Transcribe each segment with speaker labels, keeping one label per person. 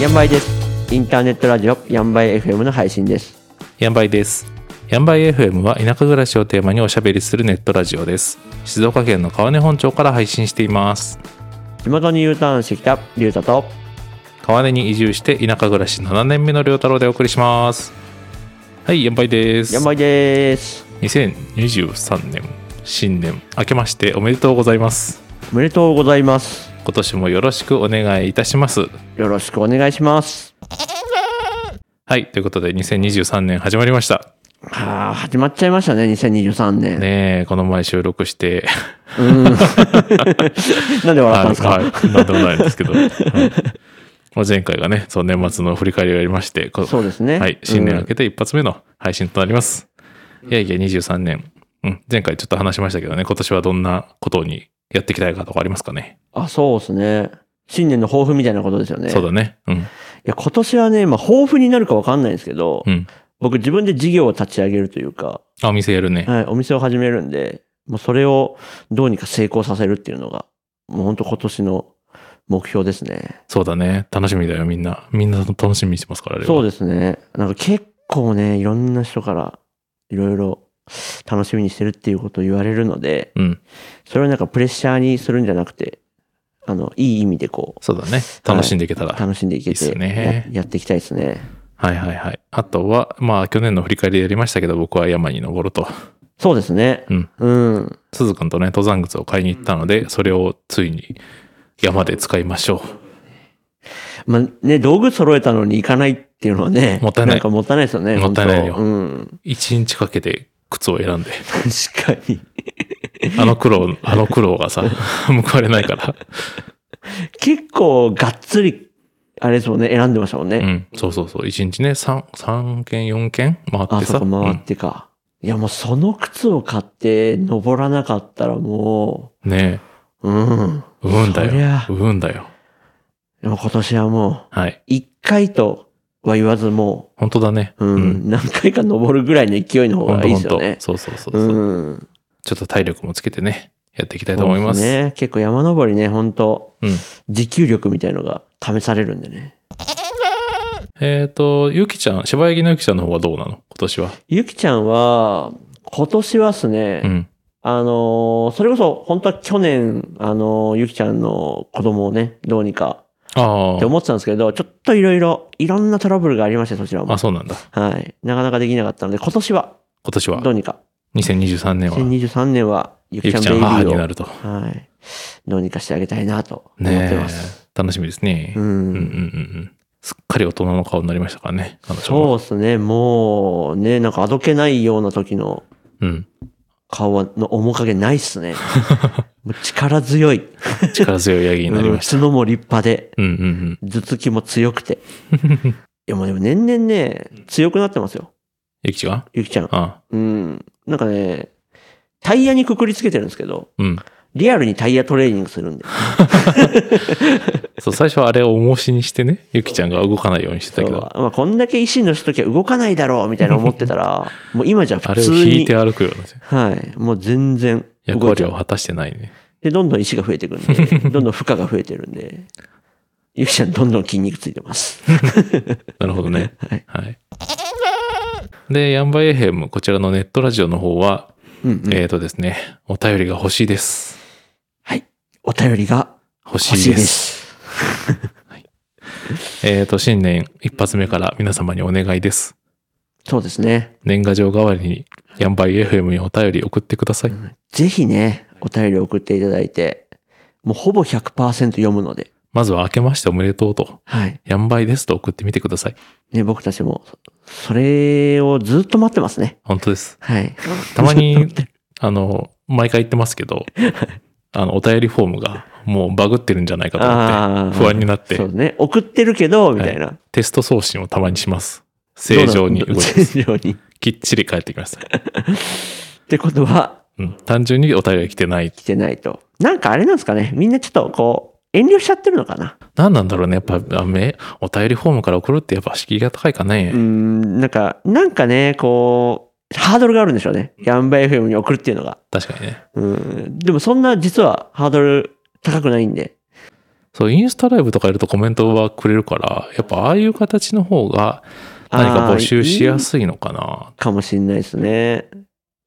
Speaker 1: ヤンバイです。インターネットラジオヤンバイ FM の配信です。
Speaker 2: ヤンバイです。ヤンバイ FM は田舎暮らしをテーマにおしゃべりするネットラジオです。静岡県の川根本町から配信しています。
Speaker 1: 地元に U ターンしてきたリュウタと
Speaker 2: 川根に移住して田舎暮らし7年目の良太郎でお送りします。はい、ヤンバイです。
Speaker 1: ヤンバイです。
Speaker 2: 2023年、新年、明けましておめでとうございます。
Speaker 1: おめでとうございます。
Speaker 2: 今年もよろしくお願いいたします。
Speaker 1: よろしくお願いします。
Speaker 2: はい、ということで2023年始まりました。
Speaker 1: はあ、始まっちゃいましたね、2023年。
Speaker 2: ねえ、この前収録して、
Speaker 1: うん。なんで笑ったんですか、
Speaker 2: はい、はいなんでもないんですけど。はいまあ前回がね、そう年末の振り返りをやりまして、こ
Speaker 1: そうですね。
Speaker 2: はい、新年明
Speaker 1: け、
Speaker 2: けて一発目の配信となります。いやいや、23年。うん、前回ちょっと話しましたけどね、今年はどんなことにやっていきたいかとかありますかね。
Speaker 1: あ、そうですね。新年の抱負みたいなことですよね。
Speaker 2: そうだね。うん、
Speaker 1: いや、今年はね、まあ、抱負になるかわかんないんですけど、
Speaker 2: うん。
Speaker 1: 僕自分で事業を立ち上げるというか、
Speaker 2: あ、お店やるね。
Speaker 1: はい、お店を始めるんで、もうそれをどうにか成功させるっていうのが、もう本当今年の目標ですね。
Speaker 2: そうだね。楽しみだよ、みんな。みんな楽しみにしてますから、あれは
Speaker 1: そうですね。なんか結構ね、いろんな人からいろいろ楽しみにしてるっていうことを言われるので、
Speaker 2: うん、
Speaker 1: それをなんかプレッシャーにするんじゃなくて、あの、いい意味でこう、
Speaker 2: そうだね。楽しんでいけたら。
Speaker 1: 楽しんでいけて
Speaker 2: いいっすね
Speaker 1: ややっていきたいですね。
Speaker 2: はいはいはい。あとは、まあ、去年の振り返りでやりましたけど、僕は山に登ると。
Speaker 1: そうですね。
Speaker 2: うん。
Speaker 1: うん。
Speaker 2: 鈴くんとね、登山靴を買いに行ったので、それをついに山で使いましょ
Speaker 1: まあね、道具揃えたのに行かないっていうのはね、
Speaker 2: もったいない
Speaker 1: なんかもったいないですよね。
Speaker 2: もったいないよ
Speaker 1: 本当うん。
Speaker 2: う。一日かけて靴を選 んで。
Speaker 1: 確かに。
Speaker 2: あの苦労、あの苦労がさ、 報われないから。
Speaker 1: 結構がっつり、あれですもんね、選んでましたもん
Speaker 2: う
Speaker 1: ね。
Speaker 2: ん。そうそうそう。一日ね、三、三件、四件回っ
Speaker 1: あ、
Speaker 2: て
Speaker 1: そ
Speaker 2: さ。
Speaker 1: こ
Speaker 2: う
Speaker 1: 回っ
Speaker 2: ん
Speaker 1: てか。いや、もうその靴を買って登らなかったらも
Speaker 2: ね
Speaker 1: う、うん。
Speaker 2: え、うんだ
Speaker 1: そり
Speaker 2: よ。
Speaker 1: ゃ
Speaker 2: うんだよ。
Speaker 1: でも今年はも
Speaker 2: はい。
Speaker 1: う、一回とは言わずも
Speaker 2: 本当だね。
Speaker 1: う、うん、何回か登るぐらいの勢いの方
Speaker 2: 本
Speaker 1: が
Speaker 2: 当
Speaker 1: いいで
Speaker 2: 本
Speaker 1: すよ
Speaker 2: 当
Speaker 1: ね。
Speaker 2: そうそうそう
Speaker 1: う
Speaker 2: そう。
Speaker 1: ん。
Speaker 2: ちょっと体力もつけてね、やっていきたいと思います。
Speaker 1: そうですね。結構山登りね、本当
Speaker 2: うん。
Speaker 1: 持久力みたいのが試されるんでね。
Speaker 2: えっ、と、ゆきちゃん、柴焼きのゆきちゃんの方はどうなの今年は。
Speaker 1: ゆきちゃんは、今年はっすね、
Speaker 2: うん。
Speaker 1: あのーそれこそ、本当は去年、あのーゆきちゃんの子供をね、どうにか
Speaker 2: あ
Speaker 1: って思ってたんですけど、ちょっといろいろ、いろんなトラブルがありまして、そちら
Speaker 2: あ。
Speaker 1: も
Speaker 2: あ、。そうなんだ。
Speaker 1: はい。なかなかできなかったので、今年は、
Speaker 2: 今年は
Speaker 1: ど。うにか、
Speaker 2: 2023年は、
Speaker 1: 2023年は、ゆき
Speaker 2: ゆ
Speaker 1: ち
Speaker 2: き
Speaker 1: ゃん
Speaker 2: ち
Speaker 1: ベ
Speaker 2: ゃ
Speaker 1: イ
Speaker 2: ん
Speaker 1: ビ
Speaker 2: 母に
Speaker 1: ー
Speaker 2: な
Speaker 1: を、
Speaker 2: ると。
Speaker 1: はい。どうにかしてあげたいなと思って
Speaker 2: ね
Speaker 1: ます。
Speaker 2: え。楽しみですね。
Speaker 1: う
Speaker 2: うんうんうん
Speaker 1: ん。
Speaker 2: うん。すっかり大人の顔になりましたからね、彼女も
Speaker 1: そうですね、もう、ね、なんかあどけないような時の
Speaker 2: うん。
Speaker 1: 顔は、の面影ないっ すね。もう力強い。
Speaker 2: 力強いヤギになり
Speaker 1: うん
Speaker 2: ました。
Speaker 1: 角も立派で。
Speaker 2: うんうんうん。
Speaker 1: 頭突きも強くて。いやもうでも年々ね、強くなってますよ。
Speaker 2: ゆきちが
Speaker 1: ゆきちゃん。
Speaker 2: ああ
Speaker 1: うん。なんかね、タイヤにくくりつけてるんですけど、
Speaker 2: うん。
Speaker 1: リアルにタイヤトレーニングするんで。
Speaker 2: そう、最初はあれを重しにしてね、ゆきちゃんが動かないようにしてたけど、
Speaker 1: そうまあ、こんだけ石のしときは動かないだろうみたいな思ってた ら、もう今じゃ
Speaker 2: あ
Speaker 1: 普
Speaker 2: れを
Speaker 1: 通
Speaker 2: 引い
Speaker 1: に
Speaker 2: て。歩くようになって。
Speaker 1: はい。もう全然
Speaker 2: 役
Speaker 1: 動いち
Speaker 2: 割
Speaker 1: ゃ
Speaker 2: を
Speaker 1: う。
Speaker 2: 果たしてないね。
Speaker 1: で、どんどん石が増えていくん で、どんどん負荷が増えてるんで、ゆきちゃんどんどん筋肉ついてます。
Speaker 2: なるほどね。
Speaker 1: はい。
Speaker 2: はい。で、ヤンバイエヘム、こちらのネットラジオの方は、
Speaker 1: うんうん
Speaker 2: えーとですね、お便りが欲しいです。
Speaker 1: はい。お便りが
Speaker 2: 欲し
Speaker 1: 欲し
Speaker 2: い
Speaker 1: い
Speaker 2: で。
Speaker 1: ですす。
Speaker 2: えーと、新年一発目から皆様にお願いです。
Speaker 1: そうですね。
Speaker 2: 年賀状代わりに、ヤンバイ FM にお便り送ってください。
Speaker 1: ぜひね、お便り送っていただいて、もうほぼ100%読むので、
Speaker 2: まずは明けましておめでとうと、
Speaker 1: はい。
Speaker 2: ヤンバイですと送ってみてください。
Speaker 1: ね、僕たちも、それをずっと待ってますね。
Speaker 2: 本当です。
Speaker 1: はい。
Speaker 2: た まに、あの、毎回言ってますけど、あの、お便りフォームがもうバグってるんじゃないかと思
Speaker 1: あ
Speaker 2: っ
Speaker 1: ー
Speaker 2: て、不安になっ
Speaker 1: そう
Speaker 2: て、
Speaker 1: ね。送ってるけど、みたいな。
Speaker 2: テスト送信をたまにします。正常に動
Speaker 1: ど
Speaker 2: いうま
Speaker 1: な
Speaker 2: す。
Speaker 1: 正常に。っ
Speaker 2: きっちり帰ってきました。
Speaker 1: てことは、
Speaker 2: うん。単純にお便りが来てない。
Speaker 1: 来てないと。なんかあれなんですかね。みんなちょっとこう、遠慮しちゃってるのかな。
Speaker 2: 何なんだろうね。やっぱ、あめお便りフォームから送るってやっぱ敷居が高いかね。
Speaker 1: うーん、なんか、なんかね、こハードルがあるんでしょうね。ヤンバ FM に送るっていうのが。
Speaker 2: 確かにね。
Speaker 1: うん。でもそんな実はハードル高くないんで。
Speaker 2: そう、インスタライブとかやるとコメントはくれるから、やっぱああいう形の方が何か募集しや
Speaker 1: い。
Speaker 2: すいのかな。
Speaker 1: かもしれないですね。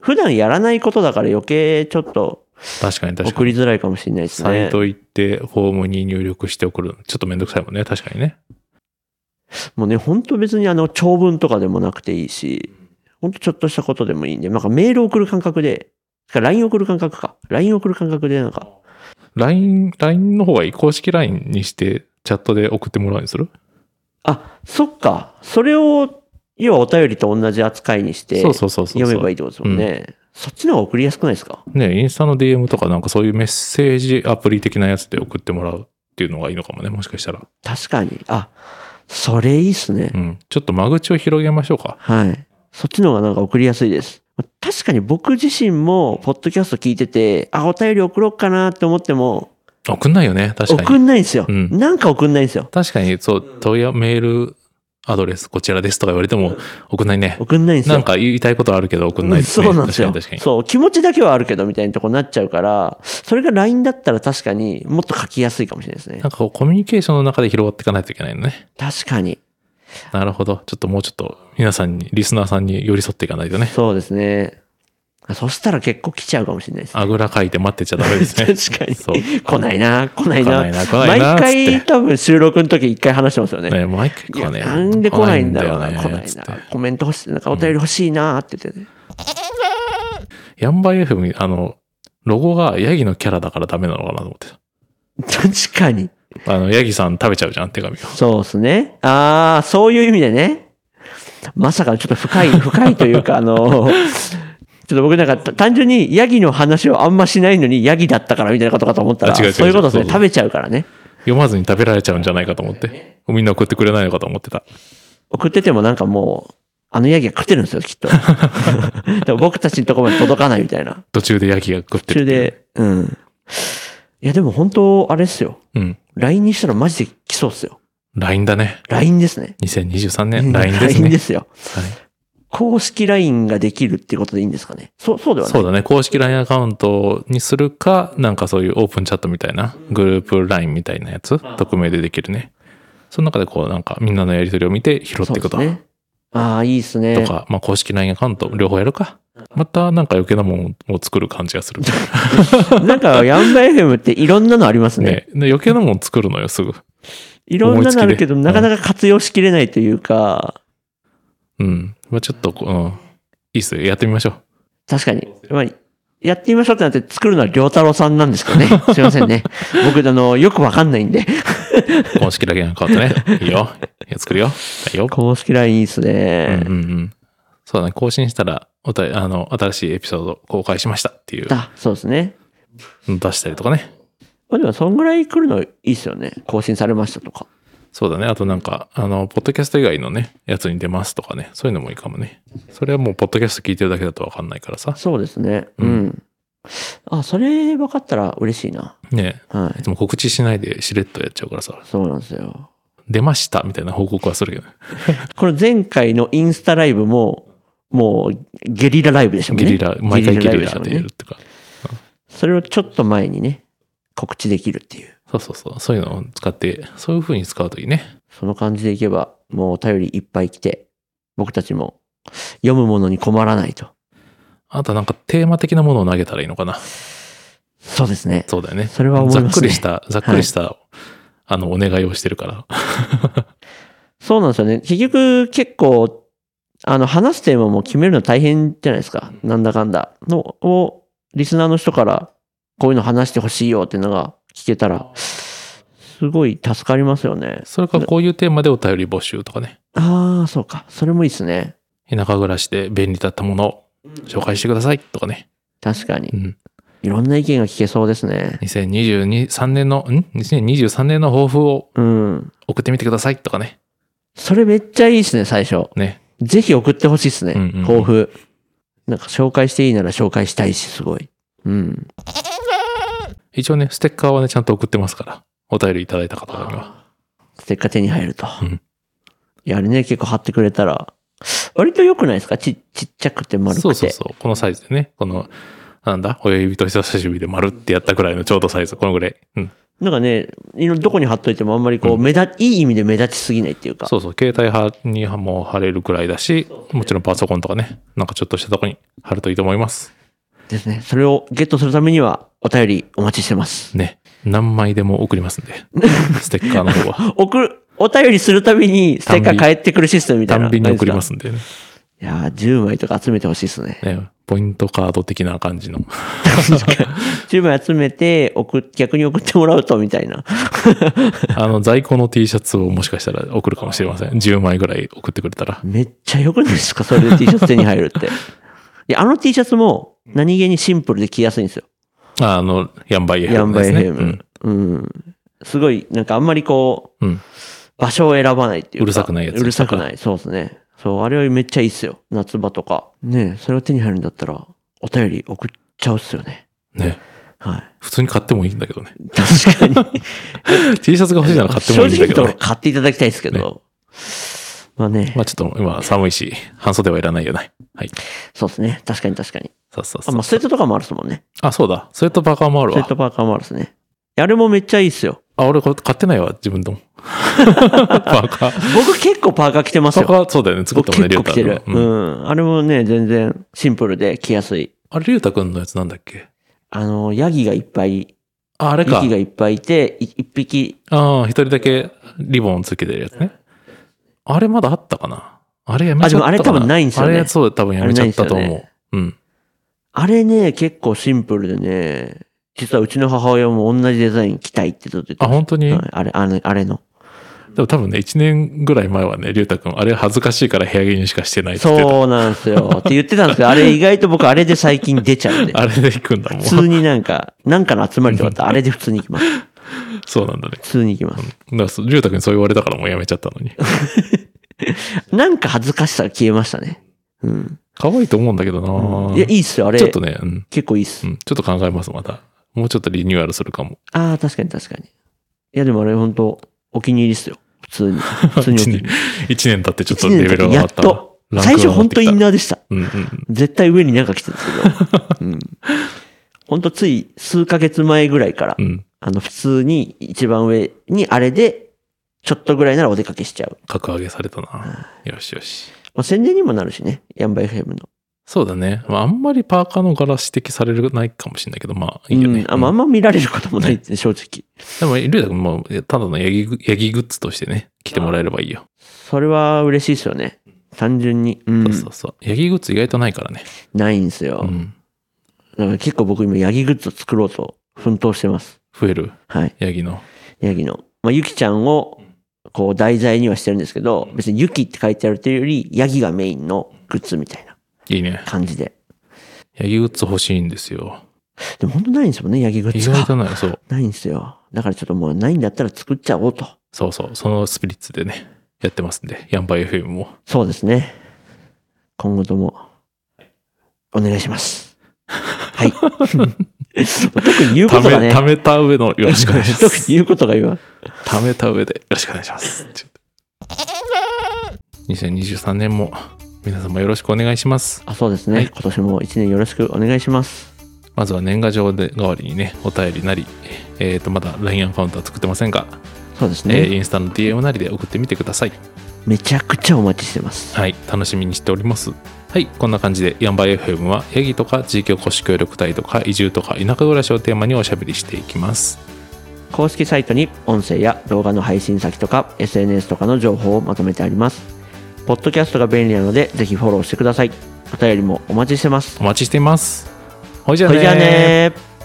Speaker 1: 普段やらないことだから余計ちょっと
Speaker 2: 確かに確か
Speaker 1: 送
Speaker 2: に。
Speaker 1: りづらいかもしれないですね。
Speaker 2: サイト行ってフォームに入力して送るの。ちょっとめんどくさいもんね。確かにね。
Speaker 1: もうね、ほんと別にあの、長文とかでもなくていいし、ほんとちょっとしたことでもいいんで、なんかメール送る感覚で、てか LINE 送る感覚か。LINE 送る感覚でなんか、
Speaker 2: LINE、LINE の方がいい。公式 LINE にしてチャットで送ってもらうようにする
Speaker 1: あ、そっか。それを、要はお便りと同じ扱いにして、
Speaker 2: そうそうそうそうそう。
Speaker 1: 読めばいいってことですもんね。そっちの方が送りやすくないですか
Speaker 2: ね、インスタの DM とかなんかそういうメッセージアプリ的なやつで送ってもらうっていうのがいいのかもね、もしかしたら。
Speaker 1: 確かに。あ、それいいっすね。
Speaker 2: うん。ちょっと間口を広げましょうか。
Speaker 1: はい。そっちの方がなんか送りやすいです。確かに僕自身も、ポッドキャスト聞いてて、あ、お便り送ろうかなって思っても、
Speaker 2: 送んないよね、確か
Speaker 1: 送
Speaker 2: に。
Speaker 1: んないんですよ。
Speaker 2: うん
Speaker 1: なんか送んないんですよ。
Speaker 2: 確かに、そう、問い合わメールアドレスこちらですとか言われても送んないね。
Speaker 1: 送んないんですよ。
Speaker 2: なんか言いたいことあるけど送んないですね。
Speaker 1: そうなんですよ
Speaker 2: 確かに確か
Speaker 1: そう、気持ちだけはあるけどみたいなとこになっちゃうから、それが LINE だったら確かにもっと書きやすいかもしれないです
Speaker 2: に。
Speaker 1: ね
Speaker 2: な。んかこうコミュニケーションの中で広がっていかないといけないのね。
Speaker 1: 確かに。
Speaker 2: なるほど。ちょっともうちょっと皆さんに、リスナーさんに寄り添っていかないとね。
Speaker 1: そうですね。あそしたら結構来ちゃうかもしれないですね。
Speaker 2: あぐらかいて待ってちゃダメですね。
Speaker 1: 確かに
Speaker 2: そう。
Speaker 1: 来ないな、来ないな。
Speaker 2: 来ないな来ないな
Speaker 1: 毎
Speaker 2: つっ
Speaker 1: 回多分収録の時一回話してますよね。
Speaker 2: ね、毎回
Speaker 1: い
Speaker 2: こ
Speaker 1: や
Speaker 2: うね。
Speaker 1: なんで来ないんだろうな、来
Speaker 2: 来
Speaker 1: ないな
Speaker 2: ないんだよねつって
Speaker 1: コメント欲しい、なんかお便り欲しいなって言ってね。
Speaker 2: ヤンバイ FM、あの、ロゴがヤギのキャラだからダメなのかなと思って
Speaker 1: 確かに。
Speaker 2: た。あの、ヤギさん食べちゃうじゃん、手紙を。
Speaker 1: そうですね。ああ、そういう意味でね。まさかちょっと深 い、深いというか、あの、ちょっと僕なんかた単純にヤギの話をあんましないのにヤギだったからみたいなことかと思ったら、
Speaker 2: あ違う違う違う
Speaker 1: そういうことですね。
Speaker 2: そうそう
Speaker 1: 食べちゃうからね。
Speaker 2: 読まずに食べられちゃうんじゃないかと思って。みんな送ってくれないのかと思ってた。
Speaker 1: 送っててもなんかもう、あのヤギが食ってるんですよ、きっ と。でも僕たちのところまで届かないみたいな。
Speaker 2: 途中でヤギが食って
Speaker 1: 途
Speaker 2: る
Speaker 1: 中。で、うん。いやでも本当、あれっすよ。
Speaker 2: うん。
Speaker 1: LINE にしたらマジで来そうっすよ。
Speaker 2: LINE だね。
Speaker 1: LINE ですね。
Speaker 2: 2023年、LINE です
Speaker 1: LINE
Speaker 2: ね。
Speaker 1: すよ。
Speaker 2: はい
Speaker 1: 公式 LINE ができるってことでいいんですかね。そう、そうではない
Speaker 2: そうだね。公式 LINE アカウントにするか、なんかそういうオープンチャットみたいな、グループ LINE みたいなやつ、匿名でできるね。その中でこう、なんかみんなのやりとりを見て拾っていく
Speaker 1: そ
Speaker 2: と。
Speaker 1: うですね。ああ、いいですね。
Speaker 2: とか、まあ公式 LINE アカウント両方やるか。またなんか余計なもんを作る感じがする。
Speaker 1: なんか、ヤンバ FM っていろんなのありますね。
Speaker 2: ね、で余計なもん作るのよ、すぐ。
Speaker 1: いろんなのあるけど、
Speaker 2: 思いつきで
Speaker 1: なかなか活用しきれないというか、
Speaker 2: うん。まあちょっとこう、うん。いいっすよ。やってみましょう。
Speaker 1: 確かに。まあやってみましょうってなって作るのは良太郎さんなんです かね。すいませんね。僕、あの、よくわかんないんで。
Speaker 2: 公式 LINE アカウントね。いいよ。いや作るよ。はいよ。
Speaker 1: 公式 LINE いいっす
Speaker 2: うん
Speaker 1: ね
Speaker 2: うん。うん。そうだね。更新したら、おたあの、新しいエピソード公開しましたっていう
Speaker 1: あ、そうですね。
Speaker 2: の出したりとかね。
Speaker 1: まあでも、そんぐらい来るのいいっすよね。更新されましたとか。
Speaker 2: そうだね。あとなんか、あの、ポッドキャスト以外のね、やつに出ますとかね。そういうのもいいかもね。それはもう、ポッドキャスト聞いてるだけだとわかんないからさ。
Speaker 1: そうですね。う
Speaker 2: うん
Speaker 1: ん。あ、それ分かったら嬉しいな。
Speaker 2: ね
Speaker 1: はい
Speaker 2: つも告知しないでしれっとやっちゃうからさ
Speaker 1: い。。そうなんですよ。
Speaker 2: 出ましたみたいな報告はするけどね。
Speaker 1: この前回のインスタライブも、もうゲリラライブでしたもん
Speaker 2: ゲ
Speaker 1: ね。
Speaker 2: リラ、毎回ゲリ
Speaker 1: ゲ
Speaker 2: ラで
Speaker 1: リ
Speaker 2: や
Speaker 1: ラライブ
Speaker 2: る
Speaker 1: でしたもんね
Speaker 2: ってか。
Speaker 1: それをちょっと前にね、告知できるっていう。
Speaker 2: そうそうそう。そういうのを使って、そういう風に使うといいね。
Speaker 1: その感じでいけば、もうお便りいっぱい来て、僕たちも読むものに困らないと。
Speaker 2: あとなんかテーマ的なものを投げたらいいのかな。
Speaker 1: そうですね。
Speaker 2: そうだよね。
Speaker 1: それは思いますね
Speaker 2: ざっくりした、ざっくりした、あの、お願いをしてるから。
Speaker 1: そうなんですよね。結局、結構、あの、話すテーマも決めるの大変じゃないですか。なんだかんだ。の、を、リスナーの人から、こういうの話してほしいよっていうのが聞けたら、すごい助かりますよね。
Speaker 2: それからこういうテーマでお便り募集とかね。
Speaker 1: ああ、そうか。それもいいですね。
Speaker 2: 田舎暮らしで便利だったものを紹介してくださいとかね。
Speaker 1: 確か
Speaker 2: う
Speaker 1: に。
Speaker 2: ん。
Speaker 1: いろんな意見が聞けそうですね。
Speaker 2: 2023年の、ん ?2023 年の抱負を
Speaker 1: うん。
Speaker 2: 送ってみてくださいとかね。
Speaker 1: それめっちゃいいですね、最初。
Speaker 2: ね。
Speaker 1: ぜひ送ってほしいですね
Speaker 2: うんうんうん。
Speaker 1: 抱負。なんか紹介していいなら紹介したいし、すごい。うん。
Speaker 2: 一応ね、ステッカーはね、ちゃんと送ってますから。お便りいただいた方には。
Speaker 1: ステッカー手に入ると。
Speaker 2: うん
Speaker 1: いや、あれね、結構貼ってくれたら、割と良くないですかちちっちゃくて丸くて。
Speaker 2: そうそうそう。このサイズでね。この、なんだ、親指と人差し指で丸ってやったくらいのちょうどサイズ。このぐらい。うん。
Speaker 1: なんかね、いろどこに貼っといてもあんまりこう、目立、いい意味で目立ちすぎないっていうか。
Speaker 2: そうそう。携帯派にも貼れるくらいだし、もちろんパソコンとかね。なんかちょっとしたとこに貼るといいと思います。
Speaker 1: ですね。それをゲットするためには、お便りお待ちしてます。
Speaker 2: ね。何枚でも送りますん で。ステッカーの方は。
Speaker 1: 送る、お便りするたびに、ステッカー返ってくるシステムみたいな
Speaker 2: 単
Speaker 1: 感じ
Speaker 2: 品
Speaker 1: です
Speaker 2: に
Speaker 1: か。
Speaker 2: 送りますんでね。
Speaker 1: いやー、10枚とか集めてほしいです ね。
Speaker 2: ねポイントカード的な感 じの。
Speaker 1: 10枚集めて、送っ、逆に送ってもらうと、みたいな。
Speaker 2: あの、在庫の T シャツをもしかしたら送るかもしれません。10枚ぐらい送ってくれたら。
Speaker 1: めっちゃ良くないですかそれで T シャツ手に入る って。いや、あの T シャツも、何気にシンプルで着やすいんですよ。
Speaker 2: ああの、ヤンバイエヘ
Speaker 1: ヤン
Speaker 2: ムで
Speaker 1: バ
Speaker 2: す
Speaker 1: イ
Speaker 2: ね。
Speaker 1: ヘム。うん。すごい、なんかあんまりこう、
Speaker 2: うん。うん。
Speaker 1: 場所を選ばないっていうか。
Speaker 2: うるさくないやつ
Speaker 1: うるさくない。そうですね。そう、あれはめっちゃいいっすよ。夏場とか。ねそれを手に入るんだったら、お便り送っちゃうっすよね。
Speaker 2: ね。
Speaker 1: はい。
Speaker 2: 普通に買ってもいいんだけどね。
Speaker 1: 確かに。
Speaker 2: T シャツが欲しいなら買ってもいいんだけ
Speaker 1: 正
Speaker 2: ど
Speaker 1: 直言う
Speaker 2: ね
Speaker 1: と。買っていただきたいですけど。まあね
Speaker 2: ま、あちょっと今寒いし、半袖はいらないよね。はい。
Speaker 1: そうですね。確かに確かに。
Speaker 2: さっさっ
Speaker 1: あ、
Speaker 2: さ
Speaker 1: まあ、。スウェットとかもあるっすもんね。
Speaker 2: あ、そうだ。それとバカーもある
Speaker 1: スウェッ
Speaker 2: わ
Speaker 1: ト。パーカーもあるっすね。いやあれもめっちゃいいっすよ。
Speaker 2: あ、俺これ買ってないわ、自分 とも。バカー。
Speaker 1: 僕結構パーカー着てます
Speaker 2: バ
Speaker 1: よ。
Speaker 2: カー、そうだよね。作った
Speaker 1: 僕
Speaker 2: もんね、
Speaker 1: 結
Speaker 2: りゅう
Speaker 1: 構
Speaker 2: た
Speaker 1: 着てる。
Speaker 2: くん
Speaker 1: う
Speaker 2: の。うん
Speaker 1: ん。あれもね、全然シンプルで着やすい。
Speaker 2: あれ、りゅうたくんのやつなんだっけ
Speaker 1: あの、ヤギがいっぱい、
Speaker 2: あ、あれ
Speaker 1: ヤ
Speaker 2: か
Speaker 1: ギ。がいっぱいいて、い一匹、
Speaker 2: ああ、一人だけリボンつけてるやつね。あれまだあったかなあれやめちゃったかな
Speaker 1: あでもあれ多分ないんですよね
Speaker 2: あれそう、多分やめちゃったと思
Speaker 1: あれ
Speaker 2: う。
Speaker 1: ないん
Speaker 2: うん。
Speaker 1: あれね、結構シンプルでね、実はうちの母親も同じデザイン着たいってずっと言って
Speaker 2: あ、
Speaker 1: まし
Speaker 2: 本当に、
Speaker 1: たはいあれ、あれ、あれの。
Speaker 2: でも多分ね、1年ぐらい前はね、りゅうたくん、あれ恥ずかしいから部屋着にしかしてないって言ってた
Speaker 1: そうなんですよ。って言ってたんですけど、あれ意外と僕あれで最近出ちゃうんで。
Speaker 2: あれで行くんだもん。
Speaker 1: 普通になんか、なんかの集まりとかってあれで普通に行きます。
Speaker 2: そうなんだね。
Speaker 1: 普通に行きます。
Speaker 2: だからそう、りゅうたくんにそう言われたからもうやめちゃったのに。
Speaker 1: なんか恥ずかしさが消えましたね。うん。
Speaker 2: 可愛いと思うんだけどな、
Speaker 1: いや、いいっすよ、あれ。
Speaker 2: ちょっとね、うん、
Speaker 1: 結構いいっす
Speaker 2: う。ん。ちょっと考えます、また。もうちょっとリニューアルするかも。
Speaker 1: ああ、確かに確かに。いや、でもあれ本当お気に入りっすよ。普通 に。普通にお気
Speaker 2: 1
Speaker 1: に入
Speaker 2: 年
Speaker 1: り。、
Speaker 2: 一年経ってちょっと
Speaker 1: 一
Speaker 2: レ
Speaker 1: 年
Speaker 2: ベル
Speaker 1: 経
Speaker 2: が
Speaker 1: っ
Speaker 2: 上
Speaker 1: て
Speaker 2: が
Speaker 1: や
Speaker 2: っ
Speaker 1: った
Speaker 2: わ。
Speaker 1: と。最初本当イン
Speaker 2: な。
Speaker 1: ナーでした。
Speaker 2: うんうんうん。
Speaker 1: 絶対上になんか来てたんです けど。うん。本当つい数ヶ月前ぐらいから、
Speaker 2: うん。
Speaker 1: あの、普通に一番上にあれで、ちょっとぐらいならお出かけしちゃう。
Speaker 2: 格上げされたな。よしよし。
Speaker 1: まあ、宣伝にもなるしね。ヤンバ FM の。
Speaker 2: そうだね。まあ、あんまりパーカーの柄指摘されるないかもしれないけど、まあ、いいよね。
Speaker 1: うん、あまああんま見られることもないですね、正直。
Speaker 2: でも、りゅうたくんも、ただのヤギグヤギグッズとしてね、着てもらえればいいよ。
Speaker 1: それは嬉しいですよね。単純に。うん。
Speaker 2: そうそうそう。ヤギグッズ意外とないからね。
Speaker 1: ないんですよ。
Speaker 2: うん。
Speaker 1: だから結構僕今ヤギグッズを作ろうと奮闘してます。
Speaker 2: 増える、
Speaker 1: はい。
Speaker 2: ヤギの。
Speaker 1: ヤギの。まあ、ゆきちゃんをこう題材にはしてるんですけど、別にゆきって書いてあるというより、ヤギがメインのグッズみたいない
Speaker 2: いね。
Speaker 1: 感じで。
Speaker 2: ヤギグッズ欲しいんですよ。
Speaker 1: でも本当ないんですもんね、ヤギグッ
Speaker 2: 意
Speaker 1: ズ
Speaker 2: 外
Speaker 1: が。
Speaker 2: とない。そう。
Speaker 1: ないんですよ。だからちょっともうないんだったら作っちゃおうと。
Speaker 2: そうそう。そのスピリッツでね、やってますんで、ヤンバイ FM も。
Speaker 1: そうですね。今後とも、お願いします。 はい。特に言うこ
Speaker 2: た
Speaker 1: と
Speaker 2: め、
Speaker 1: がね。
Speaker 2: ためた上のよろしくお願いし ま
Speaker 1: 特に
Speaker 2: す。
Speaker 1: 言うことが今。
Speaker 2: ためた上でよろしくお願いします。ちょっと2023年も皆様よろしくお願いします。
Speaker 1: あ、そうですね。
Speaker 2: はい
Speaker 1: 今年も一年よろしくお願いします。
Speaker 2: まずは年賀状で代わりにね、お便りなり、えっ、と、まだ LINE アカウントは作ってませんが、
Speaker 1: そうです
Speaker 2: え
Speaker 1: ね。
Speaker 2: ーインスタの DM なりで送ってみてください。
Speaker 1: めちゃくちゃお待ちしてます。
Speaker 2: はい、楽しみにしております。はい、こんな感じで、ヤンバイ FM は、ヤギとか地域おこし協力隊とか、移住とか、田舎暮らしをテーマにおしゃべりしていきます。
Speaker 1: 公式サイトに音声や動画の配信先とか SNS とかの情報をまとめてあります。ポッドキャストが便利なので、ぜひフォローしてください。お便りもお待ちしてます。
Speaker 2: お待ちしています。ほいじゃあ
Speaker 1: そ
Speaker 2: ね
Speaker 1: れじゃあねー